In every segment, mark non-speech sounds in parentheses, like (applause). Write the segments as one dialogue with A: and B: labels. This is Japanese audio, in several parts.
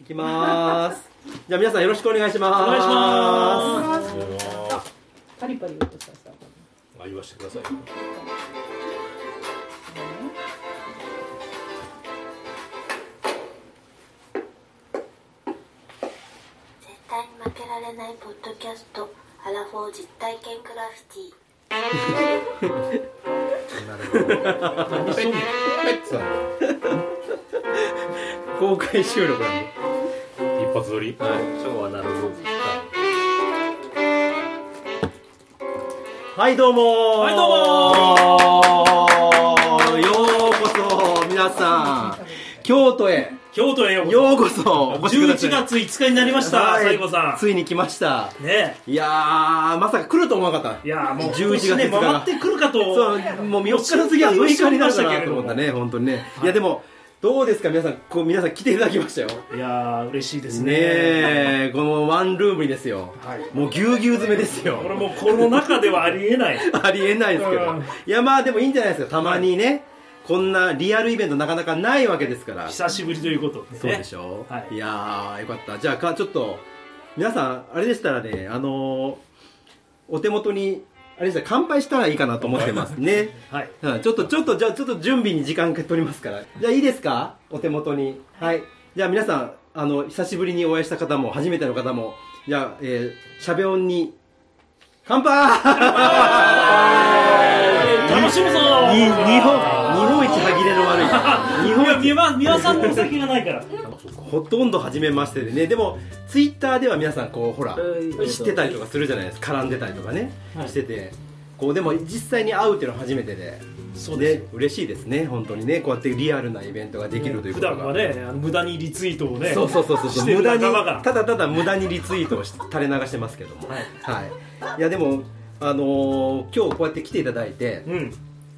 A: いきまーす。じゃあ皆さんよろしくお願いします。
B: お願いしま
C: パリパリ落としたさ。
B: あ言わしてください
D: 絶対に負けられないポッドキャストアラフォー実体験グラフィティ
E: 何しょ入ってたの
A: 公開収録なんで。
B: 一発撮り
A: はい
B: 超アナログ
A: はいどうもー
B: はいど
A: うもようこそ皆さん京都へ
B: 京都へようこそ
A: ようこそお越しください
B: 11月5日になりました
A: はい
B: 最後さ
A: ついに来ました
B: んね
A: いやーまさか来ると思わなかっ
B: え
A: た
B: いやーもう
A: 11月
B: 今年ね
A: 5日
B: 回ってくるかと
A: そうもう3日の次は6日になったなと思ったね本当にねいやでもどうですか皆さんこう皆さん来ていただきましたよ
B: いやー嬉しいです
A: ね
B: ね
A: えこのワンルームにですよ
B: はい
A: もうぎゅうぎゅう詰めですよ
B: これもうコロナ禍ではありえない
A: ありえないですけど、
B: うん
A: いやまあでもいいんじゃないですかたまにね、こんなリアルイベントなかなかないわけですから
B: 久しぶりということでね
A: そうでしょ、
B: はい
A: いやーよかったじゃあかちょっと皆さんあれでしたらねあのーお手元にあれでしたら乾杯したらいいかなと思ってますね
B: はい
A: うんちょっとちょっとじゃあちょっと準備に時間取りますからじゃあいいですかお手元にはいじゃあ皆さんあの久しぶりにお会いした方も初めての方もじゃあ、えー、しゃべ音に乾杯
B: 楽しむぞ
A: に日本日
B: い
A: 本一歯切れの悪い日本
B: や三輪三輪さんのお酒がないから
A: ほとんど初めましてでねでもツイッターでは皆さんこうほら知ってたりとかするじゃないですか絡んでたりとかね、
B: はい
A: しててこうでも実際に会うっていうのは初めてで
B: そうですよ
A: ね嬉しいですね本当にねこうやってリアルなイベントができるという
B: 普
A: ことが、
B: 段はねあの無駄にリツイートをね
A: そうそうそうそう
B: してる
A: 無駄に
B: 仲間
A: た
B: が
A: だただ無駄にリツイートをし垂れ流してますけども
B: はい、
A: い、やでもあのー今日こうやって来ていただいて
B: うん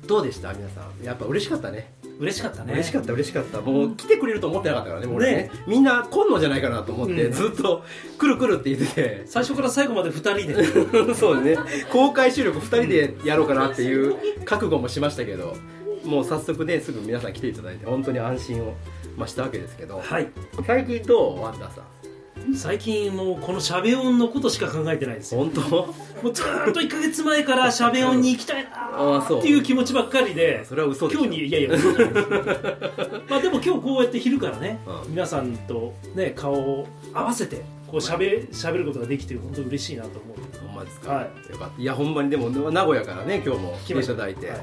A: どうでした皆さんやっぱ嬉しかったね
B: 嬉しかったね
A: 嬉しかった嬉しかったもう来てくれると思ってなかったからねもうね
B: ね
A: みんな来んのじゃないかなと思って、
B: うん
A: ずっと来る来るって言って
B: (laughs)
A: て
B: 最初から最後まで二人
A: (laughs)
B: で
A: そうね公開収録2人でやろうかなっていう覚悟もしましたけどもう早速ねすぐ皆さん来ていただいて本当に安心をまあしたわけですけど
B: はい
A: 最近どうワンダーさん
B: 最近もうこのしゃべ音のことしか考えてないですよ
A: 本当
B: もうずーっと1か月前からしゃべ音に行きたいな
A: ああそ
B: ー
A: う
B: っていう気持ちばっかりで
A: それは嘘でしょ
B: 今日にいやいや嘘じゃないですまあでも今日こうやって昼からね、
A: うん
B: 皆さんとね顔を合わせてこうしゃべしゃべることができて本当嬉しいなと思う
A: ほんまですか、
B: は
A: よかったいやほんまにでも名古屋からね今日も来ていただいて、
B: は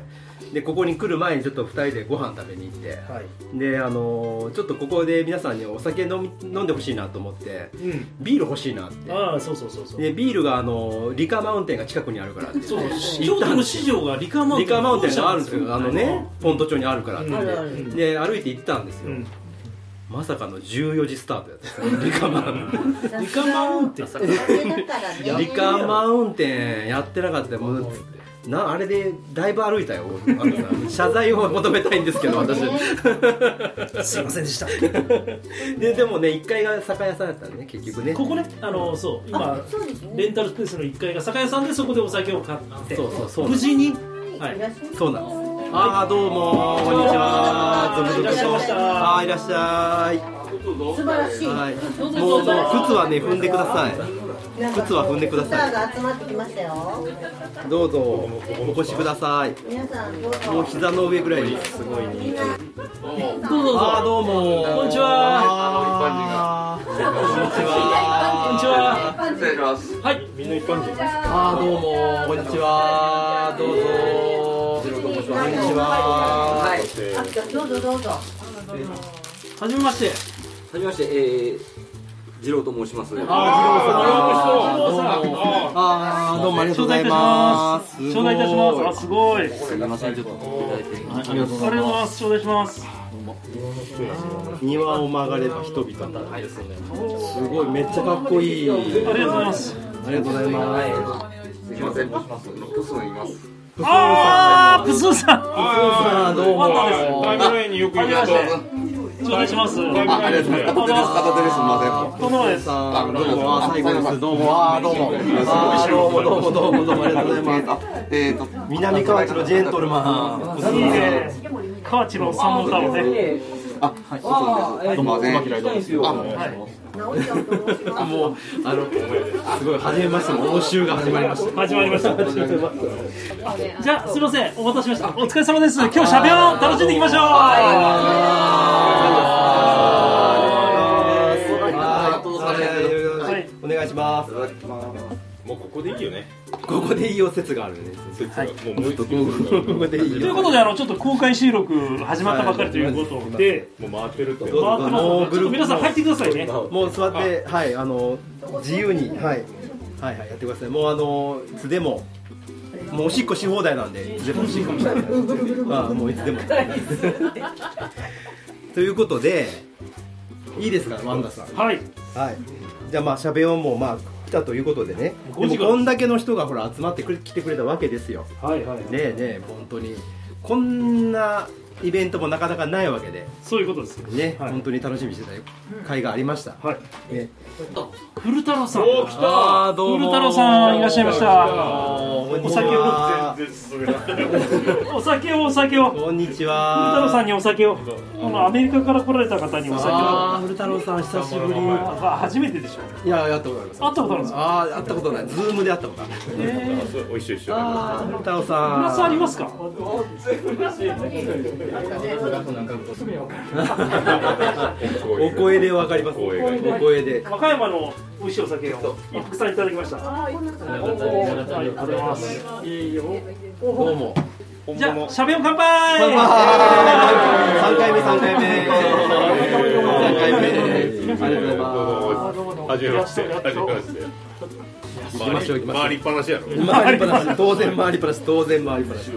A: でここに来る前にちょっと2人でご飯食べに行って、
B: はい
A: であのーちょっとここで皆さんにお酒飲み飲んでほしいなと思って
B: うん
A: ビール欲しいなって
B: ああそうそうそうそう
A: でビールがあのーリカマウンテンが近くにあるからって
B: そう
A: 行
B: 京
A: った
B: 都
A: ん
B: の
A: です
B: 市
A: よ
B: 場がリカマウ
A: リ
B: ンテン
A: カマウンテンがあるんですよあのねポント町にあるからって
B: あ
C: るあ
A: 言って
C: る
A: で歩いて行ったんです
B: う
A: よ
B: ん
A: まさかの14時スタートやったん
B: (laughs)
A: ですよリカマウンテン
C: さすが
B: リカマウンテン
C: さすがだからね。
A: リカマウンテンやってなかったよもうなあれでだいぶ歩いたよあのさ謝罪を求めたいんですけど私
B: すいませんでした
A: ででもね1階が酒屋さんやったんでね結局ね
B: ここねあのそう今
C: あ、そうです
B: レ
C: ね。
B: ンタルスペースの1階が酒屋さんでそこでお酒を買って
A: そうそうそう
B: 無事にはい
C: いらっしゃいませ
A: そうなんです。あーどうもこんにちは。
C: どうも
B: いらっしゃいました
A: はいいらっしゃい。
C: 素晴らしい。
A: はい。もうもう靴はね踏んでください。靴は踏んでくだ
C: スター
A: さ
C: が集まってきましたよ。
A: い。どうぞお越しください。
C: 皆さんどうぞ。
A: もう膝の上ぐらいですごい。
B: どうぞ
A: あーどうも
B: こんにちは
A: あーこんにちは。
B: こんにちは
F: 失礼します。
B: はいみんな一般人
A: あーどうもこんにちは。どうぞ。こんにちは。はい。
C: どうぞどうぞ。
B: はじめまして
F: はじめまして、えー、次郎と申します。
B: あ
A: どうもあーどうもありがとうございます。
B: 頂戴いたしますあすごいあり
F: すみません、ちょっといただいて。
B: がとうございます頂戴します
A: 庭を曲がれば人々はいですごいめっちゃかっこいいあり
B: ありがとうございます
A: がとうございます
F: すみません、ロックスの言います。
B: あープスーさん
A: さあどうも
B: ワンダです
G: タイムラインによくいるやつ
B: 頂戴します
G: あありがとうございます
F: 片手です、すみま
B: この前です
A: さあどうもあ最後ですどうもあどうもあどうもどうもどうもどうもありがとうございます
F: せん。えーと、
A: 南河内のジェントルマン
B: いいね河内の三本太郎ね
E: あ、
F: はい
E: そうなんです。どうも、
F: えー
E: 妻平井戸です。
F: あ
E: はい
C: 直ちゃんと申します。
A: もうあのすごい初めましての応酬が始まりました
B: 始まりましたじゃあすいませんお待たせしましたお疲れ様です今日しゃべろう楽しんでいきましょう
A: はい
B: はい
A: お願いします
G: もうここでいいよね。
A: ここでいいよ説があるね
G: 説がもう思いつきも
A: ここでいいよ
B: ということであのちょっと公開収録始まったばっかりということで
G: う回ってるって。
A: どうぞ
B: 回ってますのでちょっと皆さん入ってくださいね
A: もう座ってはいあの自由にはいはいはいやってくださいもうあのいつでももうおしっこし放題なんでいつでもおしっこもしたいあもういつでもということでいいですかワンダさん
B: はい
A: はい、じゃあまあしゃべ音もまあ来たということでね
B: も
A: でも
B: う5時間
A: こんだけの人がほら集まってくれ来てくれたわけですよね
B: はいはい
A: えねえ本当にこんなイベントもなかなかないわけで
B: そういうことですよ
A: ね、
B: はい
A: 本当に楽しみにしてた会がありました、
B: はい
A: ね、
B: 古太郎さん
G: おー来た
B: 古太郎さんいらっしゃいました
A: お
B: お酒を
A: は
B: お酒をお酒を古
A: こんにち
B: 太郎さん
A: は
B: にお酒をこのアメリカから来られた方にお酒を
A: あー古太郎さん久しぶり
B: あ初めてでしょ
A: いややったことあります
B: 会ったことあるんですか
A: ああ会ったことないズームで会ったことある
G: おいしいおいしい。
A: ああ古太郎
B: 村さんあ
A: さ
B: り
A: ん
B: ますか
A: お声でわかります
G: お声が
A: お声で
B: 和歌山の美味しいお酒を一服さんいただきましたありがとうございます
A: どうも
B: じゃあしゃべを乾杯
A: 三回目三回目三回目ですありがとうございます
G: はじめまして。はじめまして。回り回りっぱなしやろ。
A: 回りっぱなし当然回りっぱなし当然回りっぱなし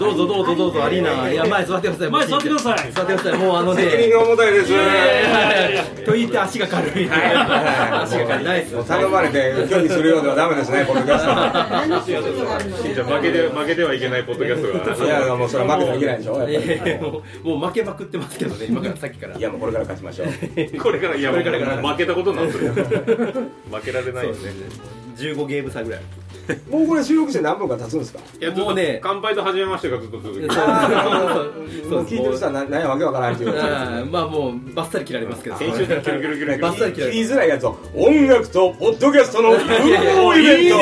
A: どうぞどうぞどうぞアリーナいや前座ってください
B: 前座ってくだ
A: い
B: さい
A: 座ってくださいもうあのね
E: 責任重たいです。
A: と言って足が軽い足が軽いないですよ
E: 頼まれて拒否するようではダメですね、ポッドキャストは。
G: じゃ負けで負けではいけないポッドキャスト
E: い
G: が。
E: や、もうそれは負けてはいけないでしょ。やっぱり
A: えーもうもう負けまくってますけどね今からさっきから
E: いや、もうこれから勝ちましょう。
G: これからいやもう負けたことになってる。負けられないよね。
A: 15ゲーム差ぐらい
E: (laughs) もうこれ収録して何分か経つんですか
G: いや
A: もうね
G: 乾杯と始めましてがずっと続
A: そ
G: く
A: う。そう
E: も
A: そうう
E: 聞いてる人は何何やわけわからないっていう
A: あーまあもうバッサリ切られますけど
G: 編集でキュルキュルキュルキュル
A: バッサリ切ら
E: 切
A: れま
E: り
A: す
E: づらいやつを音楽とポッドキャストの融合イベント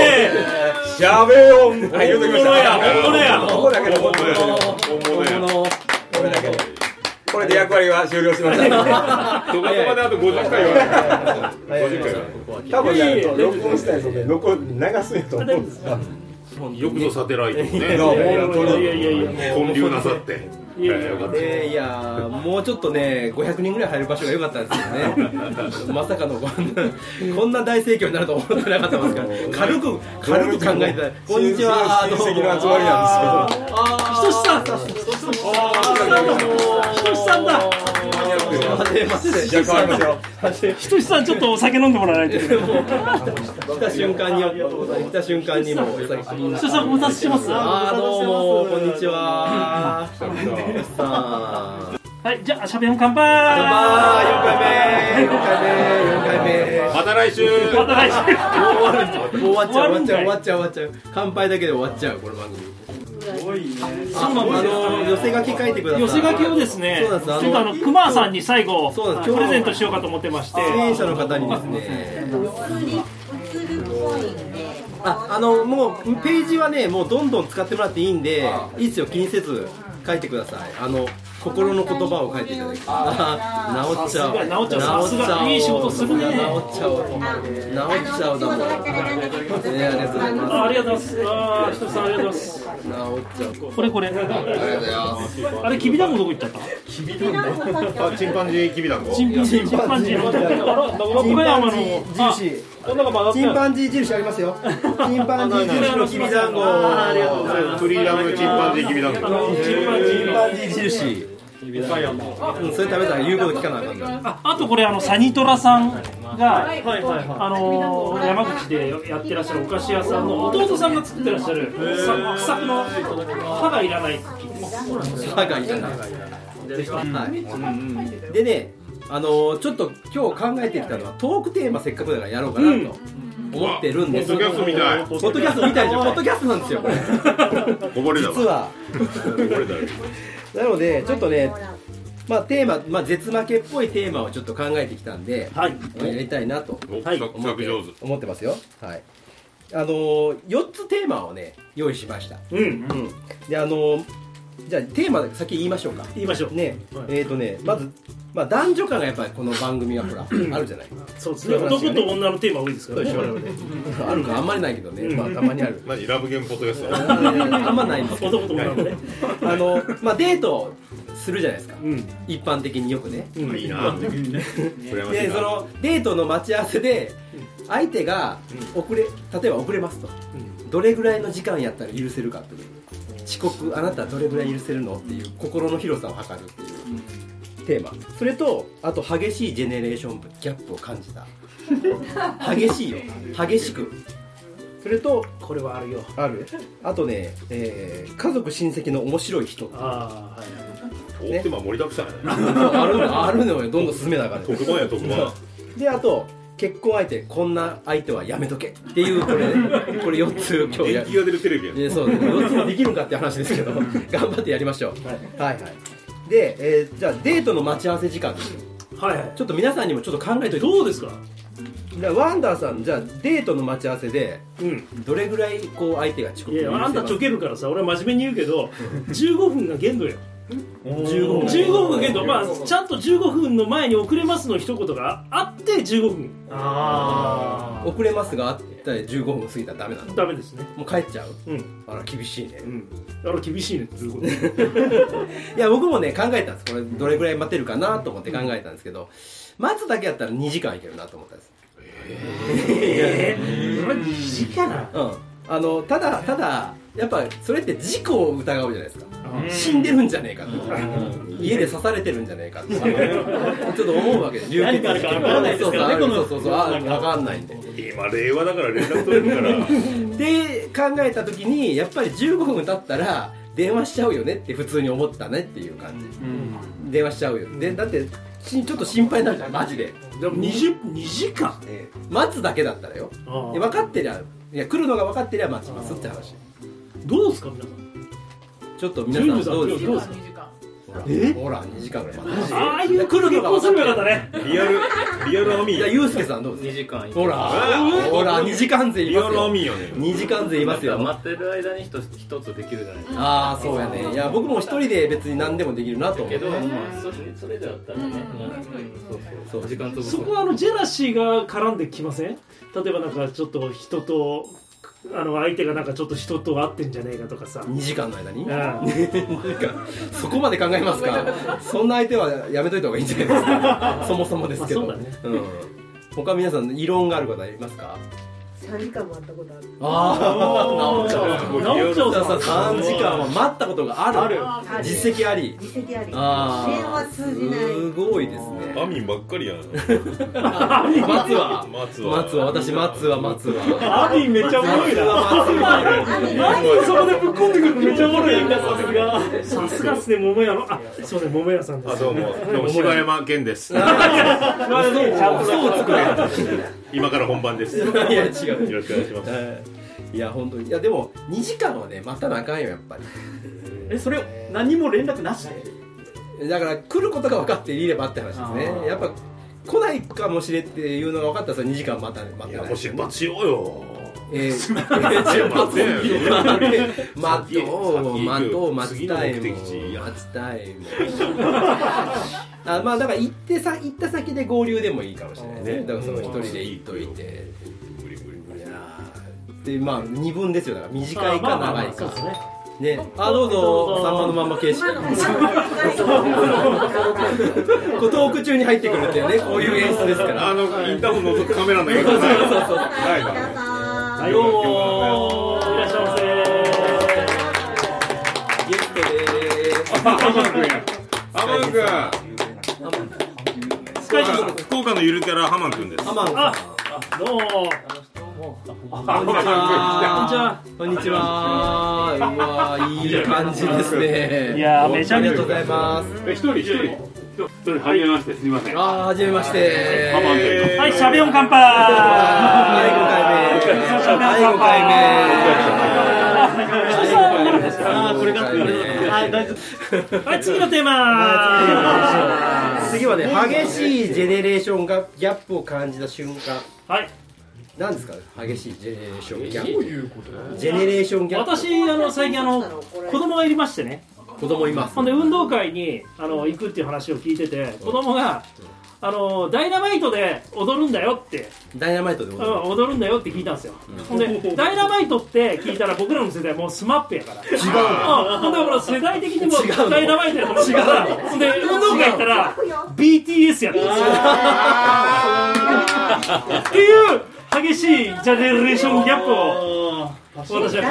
E: しゃべ音はい言うときました
G: 本物や
E: ここだけでここだけで
G: 本物や
E: これだけでこれで役割は終了しました
G: どこまであと50回言わない50回
E: 多分やると録音したやつで録音流すんやと思うんですよ
G: よくぞサテライトもね
E: いや本当に
B: いやいやいや
G: 混流なさって
B: いやいや
A: でいやーもうちょっとね500人ぐらい入る場所が良かったんですけ
E: (laughs)
A: どねまさかのこんなこんな大盛況になると思ってなかったですから軽く軽く考えてたこんにちは
E: 親戚の集まりなんですけど
B: ひとしさんひとしさんだ
A: はじめまして
E: じゃあ変わりますよ
B: ひとしさんちょっとお酒飲んでもらわないとひ
A: 来た瞬間に来た瞬間にもうさっき
B: としさんお待たせします
A: あーどうもこんにちはさあ
B: はいじゃあしゃべを乾杯
A: あー4回目4回目4回目
G: また来週
B: また来週
A: もう終わっちゃう終わっちゃう終
B: 終わ
A: わっちゃう終わっちゃう乾杯だけで終わっちゃうこの番組
B: そうなんです
A: あ
B: よ
A: の寄せ書き書いてください
B: 寄せ書きをですね、
A: そうなんですあの
B: ちょっとあのクマさんに最後
A: そうなんです
B: プレゼントしようかと思ってまして、
A: 出演者の方にですね
C: 映り映るコインで。
A: ああのもうページはねもうどんどん使ってもらっていいんでいいですよ気にせず書いてくださいあの心の言葉を書いていただいてあー直っちゃおう
B: 直っちゃおうさすがいい仕事するね
A: 直っちゃおう直っちゃおうだもんねありがとうござい
B: ああ
A: ま
B: りがとうございます。ああ、ひとつさんありがとうございます。
A: す直っちゃおう
B: これこれ。ありがとうございます。あれ、きびだんごどこ行っちゃった。
G: あチンパンジーきびだんご
B: チンパンジー。チンパンジーの。あら、
A: チン
B: 岡
A: パ
B: 山
A: ン
B: の。
A: ジー印
B: あ。こんなのが
A: チン
B: 曲がって
A: パンジー印ありますよチンパンジー印のきびだんご
B: あーありがとうござい
G: フリーダムチンパンジーきびだんご
B: あの、チンパンジ
A: チ
B: ー
A: ン
B: の。
A: パンジー印うんそれ食べたら言うこと聞かなあかんから
B: ああとこれあのサニトラさんが
A: はいはいは
B: あのー山口でやってらっしゃるお菓子屋さんの弟さんが作ってらっしゃるサクサクの歯がいらないクッキーです。
A: 歯が痛いはいでねあのーちょっと今日考えてきたのはトークテーマせっかくだからやろうかなと思ってるんです
G: ポッドキャストみたい
A: ポッドキャストみたいじゃんポッドキャストなんですよこれ
G: こぼれだわ
A: 実は
G: こぼれだよ
A: なのでちょっとね、まあ、テーマ、まあ、絶負けっぽいテーマをちょっと考えてきたんで、
B: はい
A: やりたいなと
G: お
B: はい
G: 企画
A: 思
G: 企
A: っ
G: 画
A: て
G: 上手
A: 思ってますよはいあのー、4つテーマをね用意しました
B: うん
A: うんであのー、じゃあテーマ先言いましょうか
B: 言いましょう
A: ね
B: はい
A: えっ、ー、とねまず、まあ、男女間がやっぱりこの番組はほらあるじゃない
B: そうですね男と女のテーマ多いですからね我々
A: (laughs) あるかあんまりないけどね、まあ、たまにある
G: 何ラブゲームポッドキャス
A: (laughs)
G: ト
A: あんまないんですけど
B: 男と女のね
A: あの、まあ、デートするじゃないですか
B: うん
A: 一般的によくね
B: うん
G: いいな羨ましい
A: でそ
G: な
A: のデートの待ち合わせで相手が遅れ例えば遅れますと、どれぐらいの時間やったら許せるかっていう遅刻あなたはどれぐらい許せるのっていう心の広さを測るっていうテーマそれとあと激しいジェネレーションギャップを感じた激しい (laughs) よ激しくそれと
B: これはあるよ
A: あるあとね、えー家族親戚の面白い人っていう
B: ああはい
G: おテーマ盛りだくさんやね
A: あるのあるのよどんどん進めながら
G: 特番や特番
A: であと結婚相手こんな相手はやめとけっていうこれこれ4つ今日や
G: 元気
B: (laughs)
G: が出るテレビやね
A: えそうですね4つもできるんかって話ですけど頑張ってやりましょう
B: はい
A: はいはいで、えーじゃあデートの待ち合わせ時間ですよ
B: はいはい
A: ちょっと皆さんにもちょっと考えといて
B: どうですか
A: じゃあワンダーさんじゃあデートの待ち合わせで
B: うん
A: どれぐらいこう相手が遅
B: い
A: 刻
B: やいやあんたちょ
A: け
B: けるからさ俺は真面目に言うけど15分が限度よ
A: 15
B: 15分が限度まあちゃんと15分の前に遅れますの一言があって15分
H: あ
A: 遅れますがあったら15分過ぎたらダメなの
B: ダメですね
A: もう帰っちゃう
B: うん
A: あら厳しいね
B: うんあら厳しいねっていうこと
A: いや僕もね考えたんですこれどれぐらい待てるかなと思って考えたんですけど待つだけやったら2時間いけるなと思ったんです
B: ええこれ時間な
A: うんあのただただやっぱそれって事故を疑うじゃないですか
B: うん
A: 死んでるんじゃねえかと家で刺されてるんじゃねえかとかちょっと思うわけです流
B: 何かあるかわからないですからね
A: そうそう
B: この
A: そうそうあ分かんないんで
G: 今令和だから連絡取れるから
A: で考えた時にやっぱり15分経ったら電話しちゃうよねって普通に思ったねっていう感じ、電話しちゃうよでだってしちょっと心配になるじゃんマジで
B: でも20 2時間
A: ええ待つだけだったらよ
B: ああ
A: いや分かってりゃいや来るのが分かってりゃ待ちますって話
B: どうですか皆さん
A: ちょっと皆さんどうです
B: どう
A: か
B: ですか
A: ほら
B: え
A: ほら2時間ぐらい待って
B: ああいう来る結婚すればよかったね
G: リアルリアルアミ
A: い
G: ー
A: やユうスケさんどうです
H: 時間
A: かほらほら2時間勢い
G: リ
A: ま
G: ア
A: す
G: ルア
A: よ
G: ミーやね
A: 2時間勢いますよ
H: 待ってる間に一つ一つできるじゃないですか
A: ああそうやねいや僕も一人で別に何でもできるなと思
H: け
A: う
H: ど、それそれだったらね、そうそう時間と
B: そこはあのジェラシーが絡んできません例えばなんかちょっと人とあの相手がなんかちょっと人と会ってんじゃねえかとかさ
A: 2時間の間に
B: あ
A: そこまで考えますかそんな相手はやめといた方がいいんじゃないですかそもそもですけど、
B: まあそうだね
A: うん、他皆さん異論がある方いますか
C: 3時間もあったことある
A: ああ治
B: あ
A: っちゃう
B: 直ちゃう
A: さ
B: さ
A: ん3時間は待ったことがある
C: ある
A: 実績あり
C: 実績あり電
A: あー
C: 話通じない
A: すごいですね
G: アミンばっかりやん
A: 松は
G: 松は
A: 松は私松は松は
B: アビーめっちゃおもろい
A: 松
B: な
A: は松は
B: 何そこでぶっ込んでくるのめっちゃおもろいなさすがさすがっすね桃屋のあそうね桃屋さんで
G: あ
B: す
G: どうもどうも柴山健です
B: まあでもちゃんと
A: そう作
G: 今から本番ですよ
A: れいや違う
G: ろしくお願い
A: (laughs)
G: します
A: はいいや本当にいやでも2時間はね待たなあかんよやっぱり
H: えそれ何も連絡なしで
A: だから来ることが分かっていればって話ですねやっぱ来ないかもしれっていうのが分かったらそれ2時間待た待
G: い
A: た
G: や
A: な
G: も
A: いう
G: 出発しようよ
A: え
B: (laughs)
A: ー、
G: 待て
A: 待とう待とう待ちたいもん
B: (laughs)
G: 次
A: 待
G: の目的地いや
A: ちたいもんあまあだから行ってさ行った先で合流でもいいかもしれないですね
G: ね
A: だからその一人で行っといて
G: 無理無理無
A: い
G: 理
A: やーでまあ二分ですよだから短い
B: ま
A: か
B: あまあま
A: 長
B: あ
A: い
B: そう
A: か
B: ですね
A: ねあどう
B: どう
A: ぞ
B: ぞ
A: 三番のまんま形式
C: 今の
A: こ
C: 話
A: うトーク中に入ってくるっていうねこういう演出ですか
G: あ
A: ら
G: のインターホン覗くカメラの映画ないないな
C: 皆さん
B: はいどうもいらっしゃいませ
A: ゲストでーす
G: ハマン君
B: スカイジ
G: 福岡福岡のゆるキャラハマン君です
A: アマンさん
B: あどうも
A: こんにちは。
B: こ
A: こんにちは。うわー、いい感じですね。
B: いやーめちゃ
A: ありが
B: めちゃ
A: とうございます。
I: 一人一人一人はじめましてすみません。
A: あー、はじめまして。
I: ハマン
A: はい、
I: で
B: はいしゃべ音乾杯
A: 5回目。はい、5回目。
B: はい
A: です
B: あ
A: か
B: ーこれがこれだはい大丈夫はい次のテーマ
A: 次はね激しいジェネレーションがギャップを感じた瞬間
B: はい
A: なんですか激しいジェネレーションギャッ
I: どういうこと
A: プジェネレーションギャップ
B: 私あの最近あの子供がいましてね
A: 子供います
B: ほんで運動会にあの行くっていう話を聞いてて子供があのダイナマイトで踊るんだよって
A: ダイナマイトでご
B: う
A: ざいま
B: ん踊るんだよって聞いたんですよ、ほんでダイナマイトって聞いたら僕らの世代もうスマップやから違うほんでほら世代的にも
A: 違うの
B: ダイナマイトやと思ってたからほんで運動会行ったら BTS やったんですよっていう激しいジェネレーションギャップを私は感じた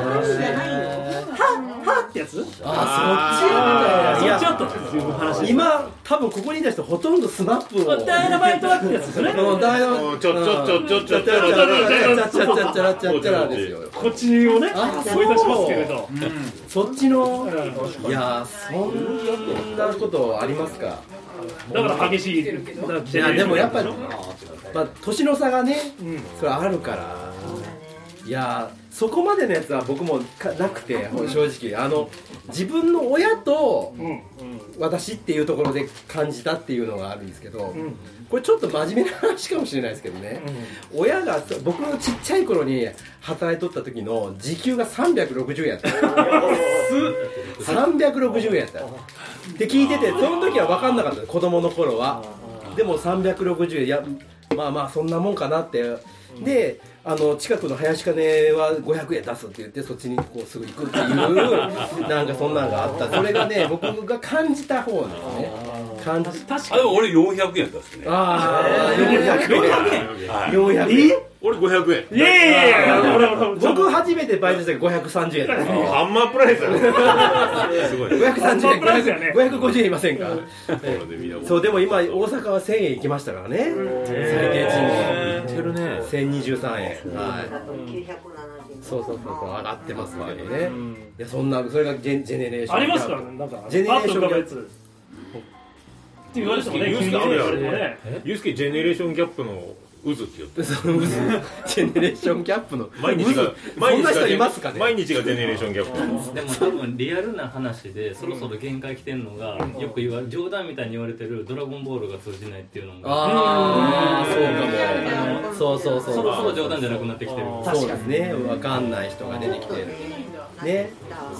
B: というはっってやつあそっちだったそっちだったっていう話ですす
A: 今多分ここにいた人ほとんどスマップを
B: ダイナマイトはってやつですね
A: うんダイナ
G: おーちょちょちょちょちょちょちょ
A: ちゃちゃちゃちゃちゃちゃですよ
B: こっちをね思い出しますけれど
A: そっちのいやーそんなことありますか
B: だから激しい
A: いやでもやっぱ、
B: り
A: まあ、年の差がね、それあるからいやーそこまでのやつは僕もかなくて正直あの自分の親と私っていうところで感じたっていうのがあるんですけど、これちょっと真面目な話かもしれないですけどね、親が僕のちっちゃい頃に働いとった時の時給が360円やった360円やったって聞いててその時は分かんなかった子供の頃はでも360円いやまあまあそんなもんかなってであの近くの林金は500円出すって言ってそっちにこうすぐ行くっていう
B: (laughs)
A: なんかそんなのがあったそれがね僕が感じた方なんですね感じ
B: 確か
I: あでも俺400円だっすね
A: ああ400円
I: はい
A: 400円
G: 俺500円
B: にいやいやいやいや俺も俺も
A: 僕初めてバイトした時530円だった
G: ハンマープライスだねすごい
A: 530円
B: プライスやね
A: 550円いませんかそううでも今大阪は1000円いきましたからね最低賃金1023円はいそうそうそうそう上がってますけどねいやそんなそれがジェジェネレーション
B: ありますからねなんか
A: ジェネレーションギャップ
B: パッと浮かぶやつって言われてもね
G: ニュー
B: 君
G: スで
B: の
G: あるやろ
B: ね
G: ユースケジェネレーションギャップの渦って言っ
A: (laughs)
G: て
A: そのジェネレーションギャップの
G: 毎日が毎
A: そんな
G: 日が
A: 人いますかね
G: 毎日がジェネレーションギャップ
H: でも多分リアルな話でそろそろ限界来てんのがよく言われ冗談みたいに言われてる「ドラゴンボール」が通じないっていうのが
A: ああ
C: うん
A: そうかもそうそうそう
H: そろそろ冗談じゃなくなってきてる
A: そうですね分かんない人が出てきてるね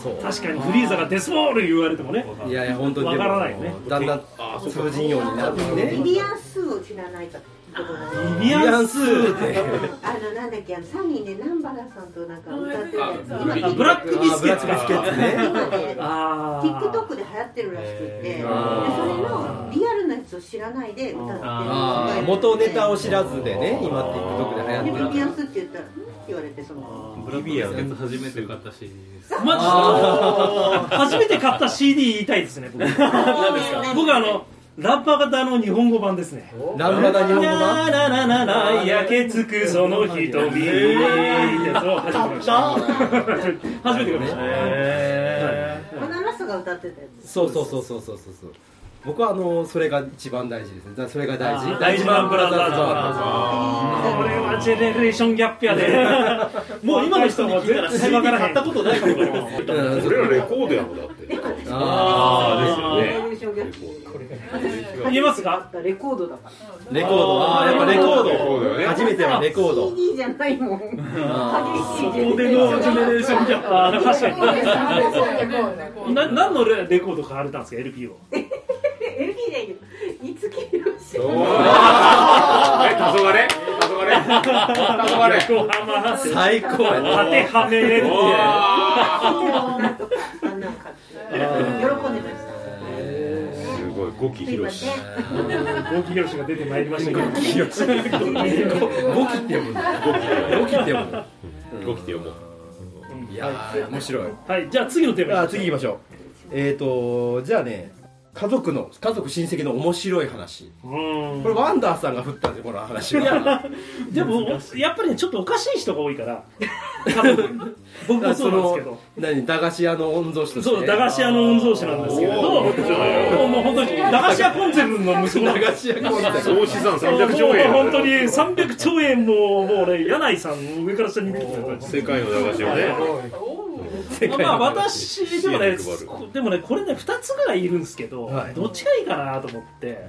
A: そう
B: 確かにフリーザがデスボール言われてもね
A: いやいや本当にでも
B: わからないね
A: だんだん通じんようになって
C: ビ
A: ね
C: ビアン数を知らないとことだね
B: ビビアンス
A: って
C: あのなんだっけあの三人で南原さんとなんか歌ってるやつ今
B: あブラックビスケッ
A: あ
B: ツ
A: ブラックビスケッツね
C: 今ね
B: あー
C: TikTok で流行ってるらしくてでそれ
A: あ
C: のリアルなやつを知らないで歌ってる
H: あ
A: あー元ネタを
C: 知
A: 知らずでね今 TikTok で流行って
C: で
A: る
C: ビビアンスって言ったらんって言われてその子
H: ブラックビスケット初めて買ったし
B: マジ
A: あ
B: 初めて買った CD 言いたいですね僕僕あのラッパー型の日本語版ですね
A: ランバダ日本語版
B: ラララララ焼けつくその瞳ってやつを初めて買いました初めて買いました
C: 花ラスが歌ってたやつ
A: そうそうそうそうそうそうそう僕はあのそれが一番大事ですねだそれが大
B: あ
A: 事
B: ー
A: 大事マンブラザーズワ
B: これはジェネレーションギャップやでもう今の人も絶対分からへん買ったことないと思
A: ールうん
G: 俺らレコードやもんだって
B: あ
G: あーですよね
C: レコ
B: 言えますか
C: レコードだから
A: レコードああやっぱレコ
G: レコード
A: ー
G: よ
A: ド
G: ね
A: 初めてはレコード
C: CD じゃ (laughs) ないもん激しい
B: そこでのジェネレーションギャップあー確かにな何のレコード買われたんですか LP を
C: LP じゃないよ五木ひろし
G: おーえ黄昏黄昏黄昏
B: 横浜
A: 最高やね
B: 縦はめれって
G: おー
C: なんとかあんなの買って喜んでました
G: すごい五木ひろし
B: 大木ひろしが出てまいりましたけど
A: ゴキって読むんだゴキって読むんだ
G: 五木って読もう
A: いやー面白い
B: はいじゃあ次のテーマ
A: あ次行きましょうえっ、ー、とじゃあね家族の家族親戚の面白い話
B: うーん
A: これワンダーさんが振ったんでこの話は
B: (laughs) でもやっぱりねちょっとおかしい人が多いから多分僕もそうなんですけど
A: 何駄菓子屋の御曹司として
B: そう駄菓子屋の御曹司なんですけれどもうもう本当に駄菓子屋コンセプトの息子な
A: 駄
B: んで
A: 菓
B: す
A: 子屋コンセプ
G: 総資産
B: もうもう
G: 300兆円
B: 本当に300兆円ももう俺柳井さんの上から下に見てる
G: 世界の駄菓子をね
A: 世界
B: まあ
A: の
B: 私でもね
G: CM 配る
B: こでもねこれね2つぐらいいるんですけど、
A: はい
B: どっちがいいかなと思って、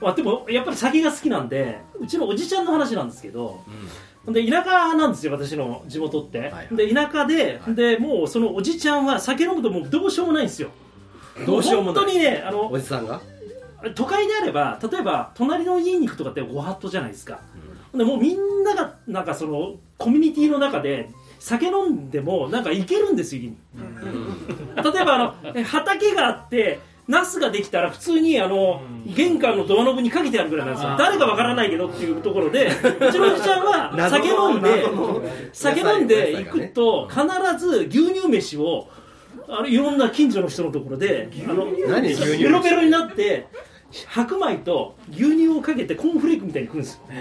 B: まあ、でもやっぱり酒が好きなんでうちのおじちゃんの話なんですけど、ほん、で田舎なんですよ私の地元って、
A: はい
B: で田舎で、でもうそのおじちゃんは酒飲むともうどうしようもないんですよ
A: どうしようもない
B: 本当にねあの
A: おじさんが
B: 都会であれば例えば隣の家に行くとかってご法度じゃないですか、でもうみんながなんかそのコミュニティの中で酒飲んでもなんか行けるんですよ家に、例えばあのえ畑があってナスができたら普通にあの玄関のドアノブにかけてあるぐらいなんですよ誰かわからないけどっていうところでうちのおじちゃん (laughs) は酒飲んで酒飲んで行くと必ず牛乳飯をあのいろんな近所の人のところであの
A: 何牛乳飯
B: ベロベロになって白米と牛乳をかけてコーンフレークみたいに食うんですよで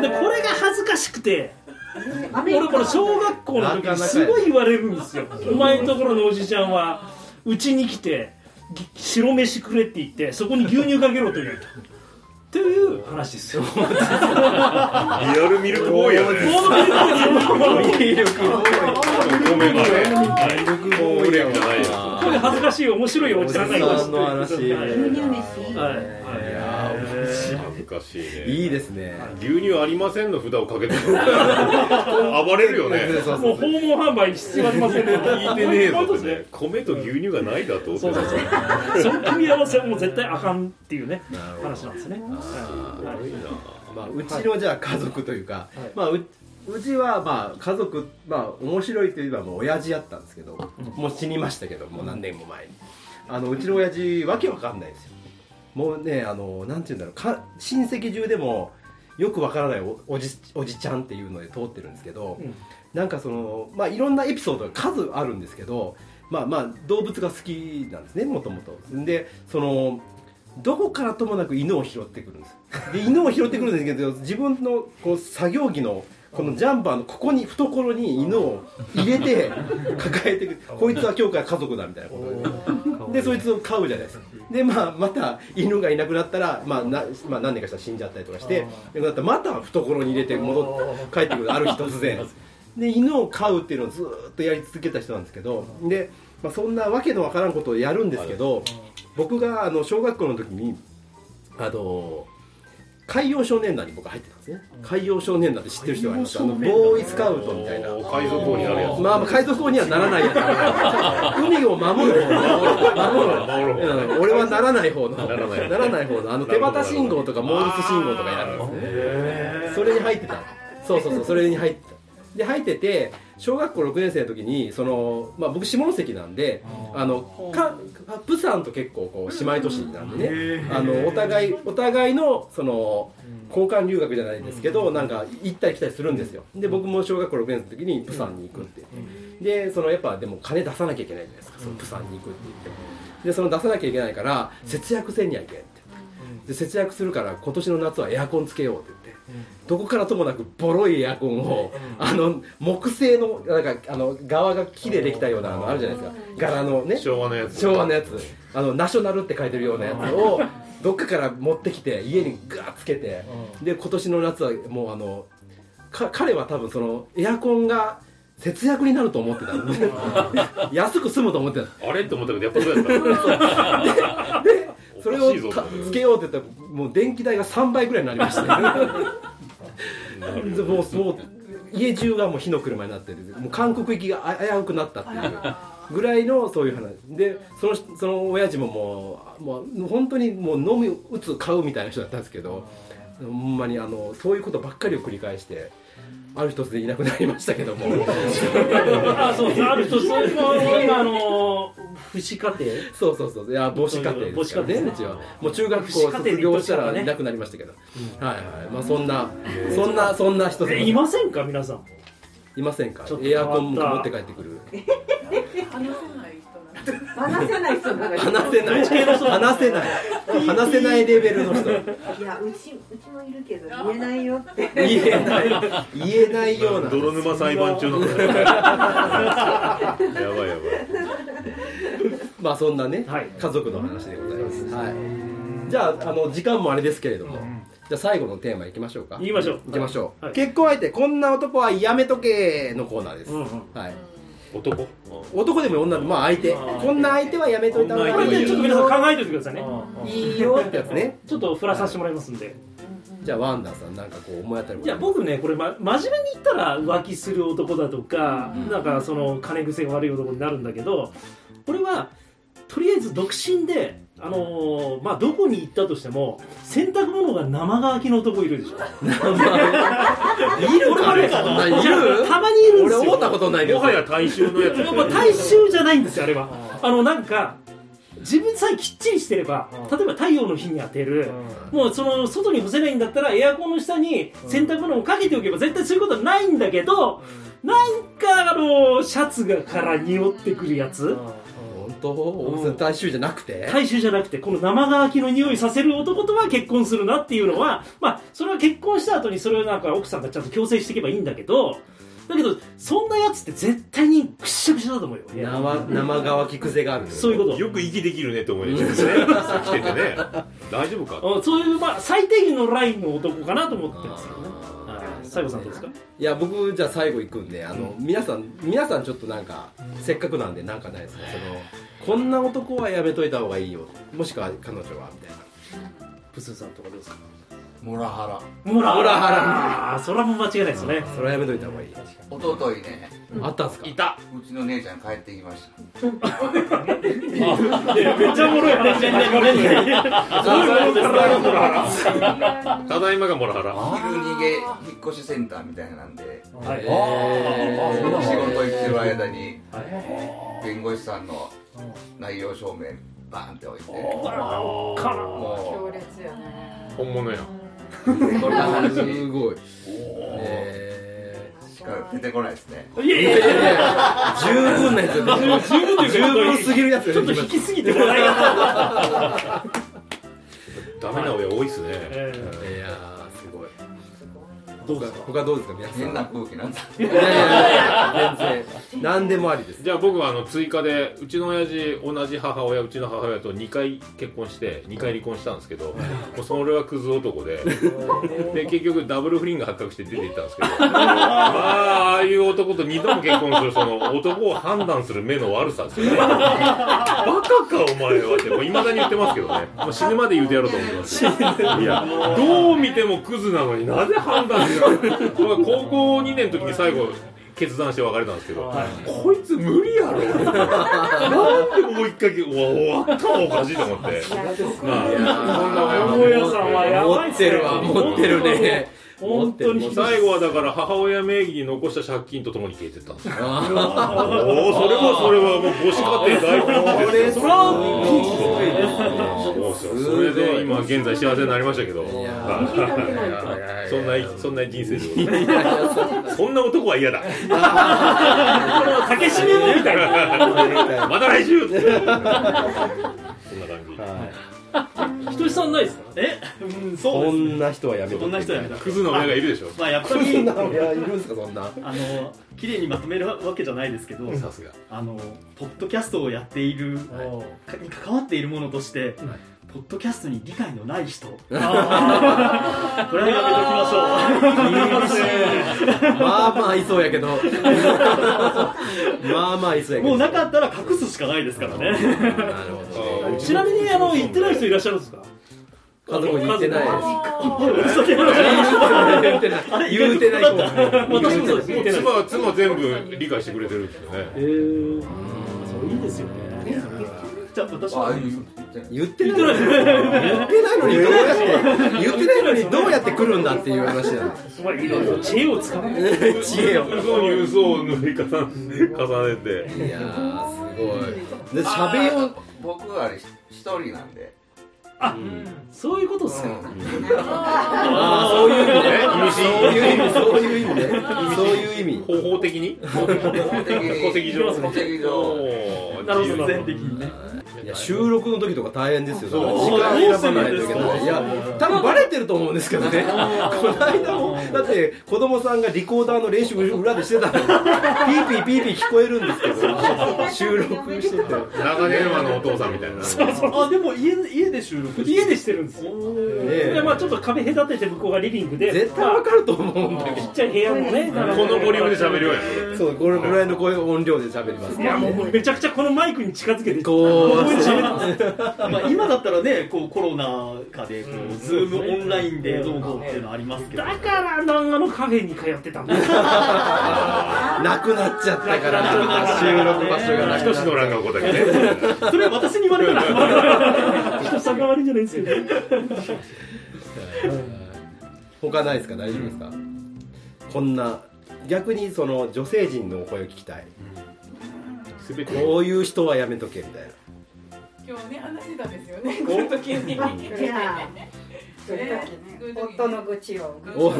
B: これが恥ずかしくて俺これ小学校の時にすごい言われるんですよお前のところのおじちゃんはうちに来てぎ白飯くれって言ってそこに牛乳かけろと言うと。という話ですよ。もう
G: リアルミルク多いよねお米までもう売れるんじゃないよ
B: こういう恥ずかしい面白いおじさんがいま
A: お
B: す
A: じさんの話
B: はい
C: 牛乳飯いい
B: はい
G: 恥ずかしいね
A: いいですね
G: 牛乳ありませんの札をかけてる暴れるよね
A: そう
B: も
A: そうう
B: 訪問販売に必要ありませんね。
G: 聞いてねえぞ
B: 本当
G: っ
B: です
G: て
B: ね
G: ね。米と牛乳がないだと
B: そうそう (laughs) そう。その組み合わせはもう絶対あかんっていうね話なんですね。はいはい
A: まあ、うちのじゃあ家族というか、
B: はい
A: まあ、ううちはまあ家族、まあ、面白いといえばもう親父やったんですけど、もう死にましたけどもう何年も前にあのうちの親父わけわかんないんですよもうねあのなんて言うんだろうか親戚中でもよくわからないおおじおじちゃんっていうので通ってるんですけど、
B: うん
A: なんかそのまあいろんなエピソードが数あるんですけどまあまあ動物が好きなんですねもともとでそのどこからともなく犬を拾ってくるんですで犬を拾ってくるんですけど自分のこう作業着のこのジャンパーのここに懐に犬を入れて抱えてくるこいつは今日から家族だみたいなことででそいつを飼うじゃないですかで、まあ、また犬がいなくなったら、まあなまあ、何年かしたら死んじゃったりとかしていなくなったらまた懐に入れて戻って帰ってくるある日突然 (laughs) で犬を飼うっていうのをずーっとやり続けた人なんですけどで、まあ、そんなわけのわからんことをやるんですけど僕があの小学校の時にあの海洋少年団に僕入ってたんですね海洋少年団って知ってる人がいますあのボーイスカウトみたいな
G: お海賊王になるやつ
A: まあまあ海賊王にはならないや
G: (laughs)
A: つ海を守る方の
G: 守る方
A: うん俺はならない方の
G: ならない
A: ならない方のあの手旗信号とかモールス信号とかやるんですねそれに入ってたそうそうそうそれに入ってたで入ってて小学校6年生の時にその、まあ、僕下関なんであのかかプサンと結構こう姉妹都市なんでねあのお互いお互いのその交換留学じゃないですけどなんか行ったり来たりするんですよで僕も小学校6年生の時にプサンに行くってでそのやっぱでも金出さなきゃいけないじゃないですかそのプサンに行くって言ってでその出さなきゃいけないから節約せんにはいけんってで節約するから今年の夏はエアコンつけようって言ってどこからともなくボロいエアコンをあの木製のなんかあの側が木でできたようなのあるじゃないですか柄のね
G: 昭和のやつ
A: 昭和のやつあのナショナルって書いてるようなやつをどっかから持ってきて家にガーッつけてで今年の夏はもうあのか彼は多分そのエアコンが節約になると思ってたんで (laughs) 安く済むと思ってた
G: あれって思ったけどやっぱそうやった
A: それ
G: おか
A: を
G: しいぞ
A: た
G: これ
A: つけようって言ったらもう電気代が3倍ぐらいになりま
G: (laughs)
A: してでもうもう家中がもう火の車になってるもう韓国行きがあ危うくなったっていうぐらいのそういう話でその人その親父ももうもう本当にもう飲み打つ買うみたいな人だったんですけどほんまにあのそういうことばっかりを繰り返してある日突然いなくなりましたけども
B: あ、そ
A: (laughs)
B: うです。ある人そういうの今あの父家庭。
A: そうそうそういや母子家庭ですからね
B: 母子家庭ですね
A: うちはもう中学校卒業したらいなくなりましたけど、はいはいまあそんなそんなそんな人
B: えいませんか皆さん。
A: いませんか
B: ちょっと
A: エアコンも持って帰ってくる
C: 話せない人なら
A: 話せない話せない話せないレベルの人
C: いやうちうちもいるけど言えないよって
A: 言えない言えないような
G: 泥沼裁判中のやばいやばい
A: まあそんなね、
B: はい
A: 家族の話でございます、はい、じゃああの時間もあれですけれども、じゃあ最後のテーマいきましょうか
B: 言いましょう。
A: いきましょう、
B: はい
A: 結婚相手こんな男はやめとけのコーナーです、
B: うんうん
A: はい
G: 男
A: 男でも女でもまあ相手こんな相手はやめといた方が
B: これ
A: い
B: ね
A: い
B: ちょっと皆
A: よ
B: さん考えておいてくださいね
A: いいよってやつね
B: ちょっと振らさせてもらいますんで
A: じゃあワンダーさんなんかこう思い当たるこ
B: い
A: と
B: や僕ねこれ、ま、真面目に言ったら浮気する男だとか、なんかその金癖が悪い男になるんだけどこれはとりあえず独身で、あのーまあ、どこに行ったとしても洗濯物が生乾きの男いるでしょ
A: いるかねそんないる
B: たまにいるんで
A: 俺
B: すよ
A: 思ったことないけど
G: もはや大衆のやつ
B: いやまあ大衆じゃないんですよあれはあのなんか自分さえきっちりしてれば例えば太陽の日に当てるもうその外に干せないんだったらエアコンの下に洗濯物をかけておけば絶対そういうことはないんだけどなんかあのシャツがから匂ってくるやつ
A: 本当大木さん大衆じゃなくて
B: 大衆じゃなくてこの生乾きの匂いさせる男とは結婚するなっていうのはまあそれは結婚した後にそれをなんか奥さんがちゃんと強制していけばいいんだけどだけどそんなやつって絶対にくっしゃくしゃだと思うよ
A: 生生乾き癖がある
B: そういうこと
G: よく息できるねって思いましたねさっき来ててね大丈夫か
B: うんそういう、まあ、最低限のラインの男かなと思ってますけどね。はい最後さんどうですか
A: いや僕じゃあ最後行くんであの、皆さん皆さんちょっとなんかせっかくなんでなんかないですかそのこんな男はやめといた方がいいよもしくは彼女はみたいな
B: プスンさんとかどうですか
J: モラハ
B: モラ
A: モラハ
B: ラあーそれはもう間違いないですね。
A: それはやめといた方がいい
J: ラ一昨日ね
A: あったんすか
G: た
J: うちの姉ちゃん帰ってきました
B: めっちゃおもろい話になりま
G: ただいまがモラハラ
J: 昼逃げ引っ越しセンターみたいなんで
B: はい
J: えー仕事行ってる間に弁護士さんの内容証明バーンって置いても
G: 本物や
J: うこんな話
A: すごいえ
J: しか出てこないですね
B: す。いやいやいや、
A: ー、十分なやつよ
B: 十分という
A: 十
B: か
A: 分すぎるやつ
B: ちょっと引きすぎてもらえなかった。
G: ダメな親多いっすね
B: えー
A: いやーすごい
B: どうですか
A: 他どうですか皆さん
J: 変な空気なんだ
A: いやいやいや全然何でもありです
G: じゃあ僕はあの追加でうちの親父同じ母親うちの母親と2回結婚して2回離婚したんですけどもうそれはクズ男 (laughs) でで結局ダブル不倫が発覚して出ていったんですけ (laughs) どまあああいう男と2度も結婚するその男を判断する目の悪さですよねバカかお前はっていまだに言ってますけどねもう死ぬまで言うてやろうと思ってますいやどう見てもクズなのになぜ判断するの僕は高校2年の時に最後決断して別れたんですけど、こいつ無理やろなんでもう一回うわ終わったのおかしいと思ってまあそんな
B: 大
G: 親
B: 家さんはや
A: 持
B: ばいっ
A: っ
B: すね
A: てるわ持ってるね
B: 本当に
A: 持っ
B: 引き
A: てる
G: 最後はだから母親名義に残した借金とともに消えてった (laughs) んですよ
A: あ
G: おおそれはそれはもう母子家庭大ピンチですよ
B: それは
G: そうそうそれで今現在幸せになりましたけどはいそんなそんな人生でございますそんな男は嫌だ
B: これはけしめもみたいな。
G: また来週そんな感じ
B: ひとしさんないですか
K: えうん
A: ー
K: そ
A: こ
K: うです
A: んな人はやめと
K: こんな人やめた
G: クズの親がいるでしょ
K: まあやっぱ
A: そん
K: り
A: な親いるんですかそんな
K: あの綺麗にまとめるわけじゃないですけど
G: さすが
K: あのポッドキャストをやっているかに関わっているものとして、ポッドキャストに理解のない
B: (laughs)
K: 人これはやめときましょう
A: まあまあいそうやけど (laughs) まあまあいそうやけど
K: もうなかったら隠すしかないですからね。
A: なるほどね
B: ちなみに、あの、行ってない人いらっしゃるんですか
A: 家族に言ってない
K: 嘘で
A: 言ってない言うてない子
B: 私もそうです。
G: もう妻妻全部理解してくれてるんですよね
B: えー、そういいですよね。
K: じゃあ私
J: あ
K: は
J: あいう
A: 言ってないのに言ってないのにどうやって言ってないのにどうやって来るんだっていう話だよ
B: お前いろいろ知恵を使う。
A: 知恵よ
G: 嘘に嘘を塗り重ね重ねて
A: いやーすごいで喋よう
J: 僕はあれ一人なんで
B: そういうことですか。
A: ああそういう意味ねそういう意味そういう意味ねそういう意味
G: 方法的に
J: 戸
G: 戸籍上
J: 戸籍上
G: おー
B: なるほど
K: 全的にね。
A: いや収録の時とか大変ですよだから
K: そう
A: 時間選ばないといけないいや多分バレてると思うんですけどねこの間もだって子供さんがリコーダーの練習裏でしてたのピーピーピーピー聞こえるんですけど収録してて
G: 長電話のお父さんみたいな
K: あでも家家で収録ループ
B: 家でしてるんですよ、でまあちょっと壁隔てて向こうがリビングで
A: 絶対わかると思うんだけ
B: ち
A: ど
B: っちゃい部屋のね
A: このボリュームで喋るよそうこれぐらいのこういう音量で喋ります
B: いやもうめちゃくちゃこのマイクに近づけて
A: こう
B: ここに喋って
K: まあ今だったらねこうコロナ禍でこうズームオンラインでどうこうっていうのありますけど
B: だから南アのカフェに通ってたんだ
K: (laughs)
A: なくなっちゃったからな収録場所がなくなっちゃった
G: こだ
A: けね
B: それは私に言われたら (laughs) 人差が悪いんじゃないですよ
A: 他ないですか大丈夫ですか、こんな逆にその女性陣のお声を聞きたい、こういう人はやめとけみたいな
L: 今日ね話してたんですよねこの時に
M: いやそういう時ね夫の愚痴を
A: お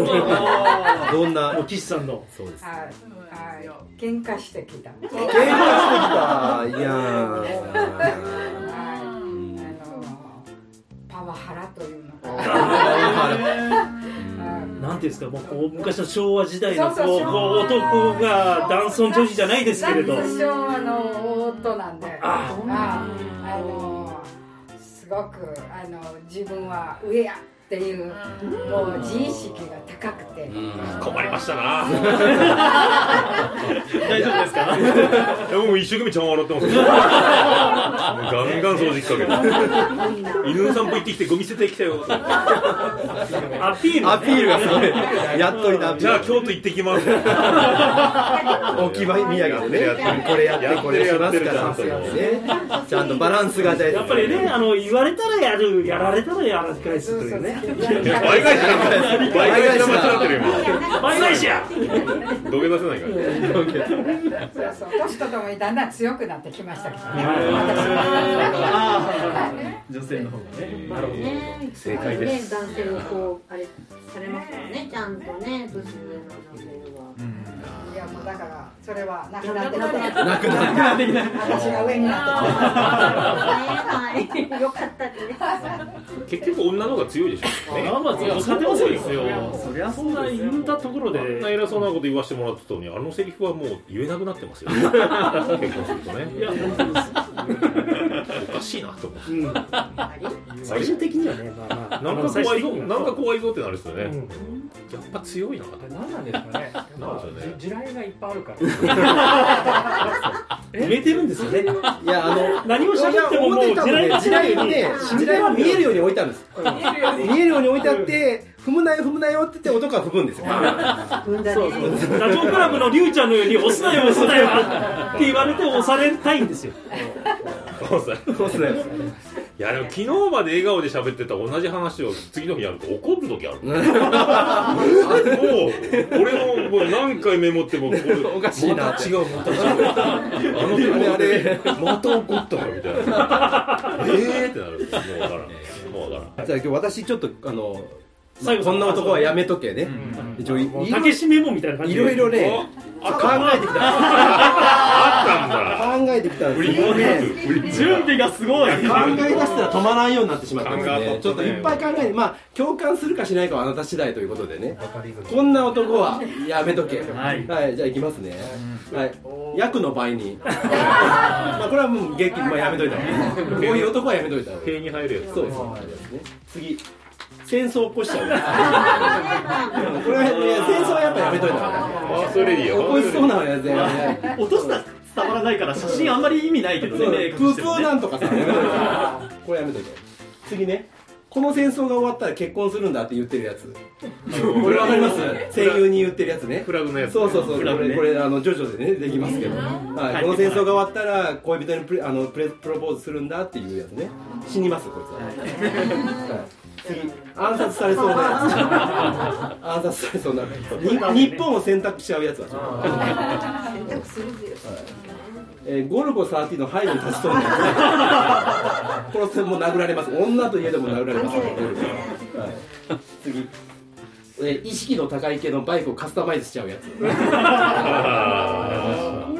A: どんな
B: お岸さんの
A: そうです
M: はいはい喧嘩してきた喧嘩してき
A: 喧嘩してきたいや
M: パワハラというのか
F: (laughs)
B: なんていうんですかもうこう昔の昭和時代のこう
M: そうそう
B: こ
M: 昭和
B: う男が男尊女卑じゃないですけれど
M: 夏昭和の夫なんであああのすごくあの自分は上やっていうもう自意識が高くて
G: 困りましたな
K: 大丈夫ですか
G: いや僕も一生懸命ちゃん洗ってますよガンガン掃除機
K: (laughs)
G: かけて犬の散歩行ってきてゴミ捨ててきたよ
B: アピール
A: アピールがすごいやっといた
G: じゃあ京都行ってきます
A: 置き場土産でねこれやってこれしますからねちゃんとバランスが大事
B: やっぱりねあの言われたらやるやられたらやら返すというね
G: 倍返しだ倍返しだ間違ってる今
B: 倍返しや
G: 土下座せないから
M: そうそう年とともにだんだん強くなってきましたけどね
K: 女性の方がね
B: なるほど
C: ね
K: 正解です
C: ね男性にこうあれされますからねちゃんとね年上の女性は。
M: いやもうだからそれはなくなってきて
A: なくなってきて
M: 私が上になってきて
C: よかったですね
G: 結局女の方が強いでしょ
B: あまあ
G: いや
B: 勝てますよ
G: そ
K: りゃ
B: そんな言うたところ
G: あん
B: で
G: な偉そうなこと言わせてもらってたのにあのセリフはもう言えなくなってますよ結婚するとね
B: いや本当です
G: おかしいなと思って
B: 最終的にはねまあまあ
G: なんか怖
B: 最
G: いぞ
B: 終的には
G: なんか怖いぞってなるんですよね、
B: うん
G: やっぱ強いな
N: 何なんですかね
G: なんでしょうね
N: 地雷がいっぱいあるから
B: 埋めてるんですよね
A: いやあの
B: 何を喋ってももう
A: いや表に多分ね地雷にね地雷は見えるように置いてあるんです見えるように置いてあって踏むなよ踏むなよって言って男は踏むんですよ
B: そうそうダチョウ倶楽部のりゅうちゃんのように押すなよ押すなよって言われて押されたいんですよ
G: いやでも昨日まで笑顔で喋ってた同じ話を次の日やると怒る時
A: (laughs)
G: あるもう俺ももう何回メモってもおかしいなまた違うまた違うあの時もあれまた怒っ
A: (laughs)
G: たよみたいなえーってなるもう分からんもう分からん
A: じゃあ今日私ちょっとあの
B: 最後
A: こんな男はやめとけね一応い
B: もうたけしメモみたいな感じ
A: い
B: で
A: ろいろね考えてきた
G: あ
A: ったんだ考えてきたんですよね
K: 準備がすごい
A: 考え出したら止まらんようになってしまったんです
G: 考え
A: ね
G: た
A: ちょっといっぱい考えてまあ共感するかしないかはあなた次第ということでねこんな男はやめとけはい、じゃあいきますね、はい役の倍に (laughs) まあこれはもう劇、まあ、やめといた方がいいこういう男はやめといた方がいい
G: 塀に入るやつ
A: そうそう次戦争起こしちゃう (laughs) これは、ね、戦争はやっぱやめといた方がいい
G: あそれいいよ
A: 起こしそうなのやつやめない
B: (laughs)
K: 落としたら伝わらないから写真あんまり意味
A: (laughs)
K: ないけどね
A: そう
K: 目隠
A: プー
K: してる
A: プ
K: ね
A: ーなんとかさやめといてこれやめといて次ねこの戦争が終わったら結婚するんだって言ってるやつこれわかります声優に言ってるやつね
G: フラグのやつ
A: そうそう
G: (laughs)
A: そうこ
G: フラグ
A: れ
G: ね
A: これあのジョジョでねできますけど、はい、この戦争が終わったら恋人にプレあのプレプロポーズするんだっていうやつね死にますよこいつは、はい、次暗殺されそうな (laughs) やつ暗殺されそうなに日本を選択しちゃうやつは
C: 選択するんですよ
A: えーゴルゴ13の背後に立ちそうなや (laughs) つこの人もう殴られます女と家でも殴られます、はい、次、えー意識の高い系のバイクをカスタマイズしちゃうや (laughs) つ
B: これ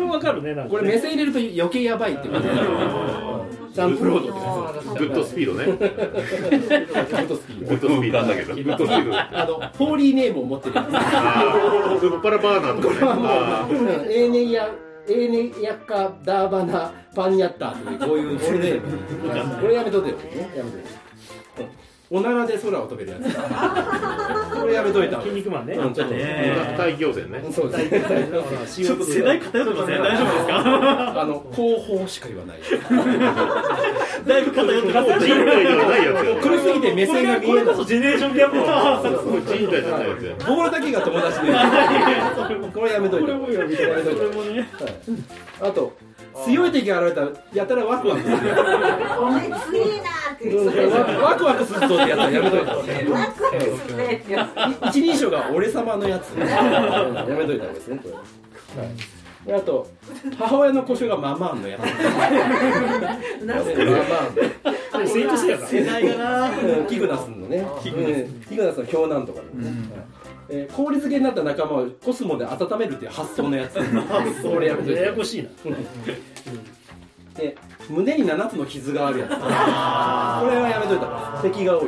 B: わかるねなんか
A: これ目線入れると余計やばいってことジャンプロードってやつ
G: グッドスピードね
A: グッドスピード
G: グッドスピードなんだけどグッドスピード
A: あのホーリーネームを持ってるやつ
G: あーウッパラバーナーとかねあ
A: 永年やエーネヤッカダーバナパンヤッタというこういうこれで (laughs) これやめといてよやめといておならで空を飛べるやつ (laughs) これやめといた筋肉マンねちょっと
G: 大行船ね
A: そうです
G: ちょっと世代偏ってますね大丈夫で
A: (laughs)
G: すか
A: あの後方しか言わない
K: だいぶ偏ってます
G: 人類ではないやつ
A: 黒すぎて目線が見えない
G: これこそジェネレーションギャップだ人体じゃないやつや
A: ボールだけが友 (laughs) 達でこれやめといてこれやめといてはいあと強い敵が現れたらやたらワクワクする
C: お前強いなーって言ってた
A: ワクワクするぞってやつはやめといた方がいい
C: ワクワクするねってやつ
A: 一人称が俺様のやつやめといた方がいいですねこれ、はいであと母親の故障がママンのやつ
C: なぜ
A: ママン
C: それ成長してたから
A: 世代がなキグナスのねキグナスの氷南とかねえー効率系になった仲間をコスモで温めるっていう発想のやつ (laughs) これやめといて
B: ややこしいな
A: で胸に7つの傷があるやつこれはやめといた方がいい敵が多い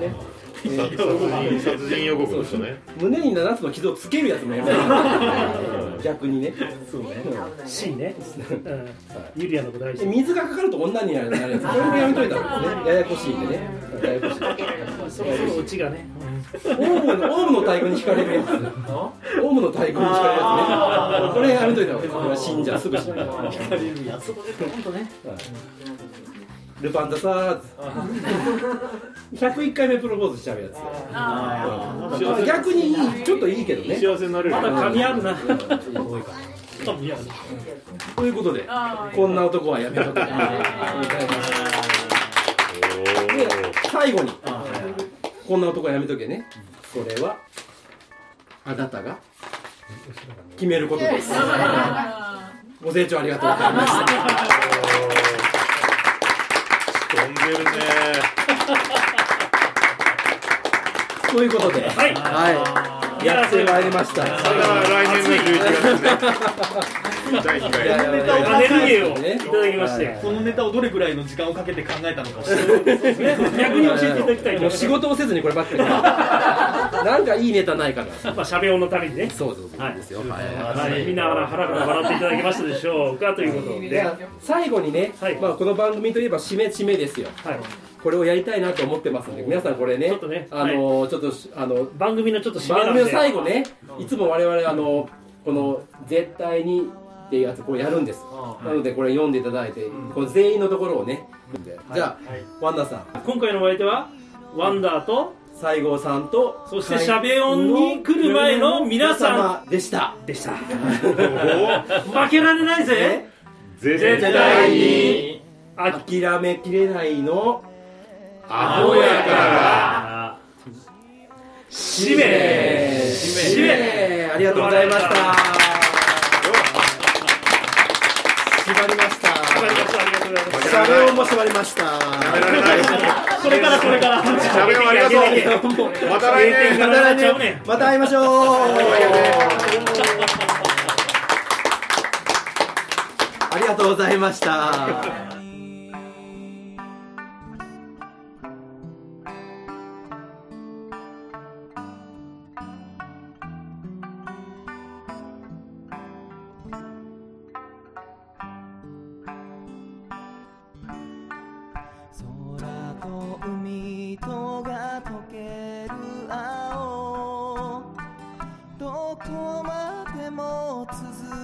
A: ね
G: 殺人殺人予告の人ね
A: 胸に7つの傷をつけるやつもやめない逆にねそうね
B: シーンねユリアの子大事
A: 水がかかると女になるやつこれもやめといた方がいいですねややこしいんでねややこしい
B: そろそろオチがね
A: オウムのオウムの大群に惹かれるやつオウムの大群に惹かれるやつねこれやめといた方がいいこれは死んじゃうすぐ死んじゃう
B: 惹かれるやつ本当ね
A: ルパンださーっつって101回目プロポーズしちゃうやつ
B: あー
A: まあ逆にいいちょっといいけどね
G: 幸せになれる
B: まだ噛み合うな
A: 多いかということでこんな男はやめとけで最後にこんな男はやめとけねそれはあなたが決めることですご清聴ありがとうございました
G: 飛んでるね
A: ということで、はい、やってまいりました。そ
G: れが来年の
A: 11
G: 月ですね。
K: このネタを考えたのねこのネタをど
B: いただきまして
K: れぐらいの時間をかけて考えたのかを知る
B: 逆に教えていただきたい
A: もう仕事をせずにこればっかり。なんかいいネタないかな。
B: まあ、しゃべ音のためにね。
A: そうそうそうですよ。
B: はい、みんな腹から笑っていただけましたでしょうかということ
A: で
B: で。
A: 最後にね、まあこの番組といえば締め締めですよ。これをやりたいなと思ってますので、皆さんこれね、あのちょっとあの
B: 番組のちょっと締め
A: 番
B: なん
A: 組
B: で
A: の最後ね、いつも我々あのこの絶対にっていうやつこうやるんです。なのでこれ読んでいただいて、この全員のところをね。じゃあワンダさん、
B: 今回のお相手は、ワンダーと、
A: 西郷さんと、
B: そしてしゃべ音に来る前の皆さん
A: でした。
B: でした。負けられないぜ。
G: 絶
B: 対に
A: 諦めきれないの
G: アホやから
A: 使命使命ありがとうございました縛りましたシャベオンも縛りました
B: これからこ
A: (laughs)
B: れから
A: シャベオンありがとうまた来年また来年また会いましょうありがとうございました。
O: 空と海とが溶ける青どこまでも続く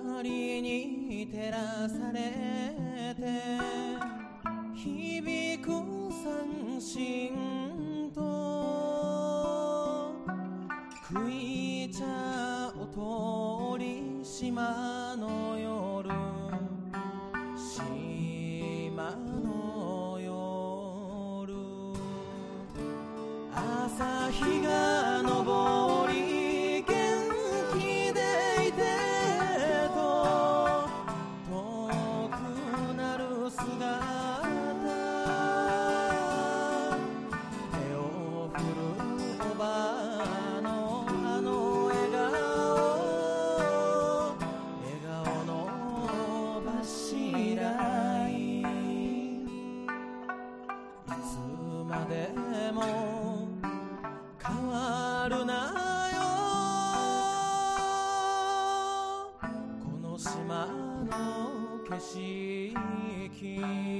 O: に照らされて響く三振と食い茶を通り島の夜島の夜朝日が昇り元気でいてと遠くなる姿手を振るおばあのあの笑顔笑顔の柱いつまでも変わるなよこの島の景色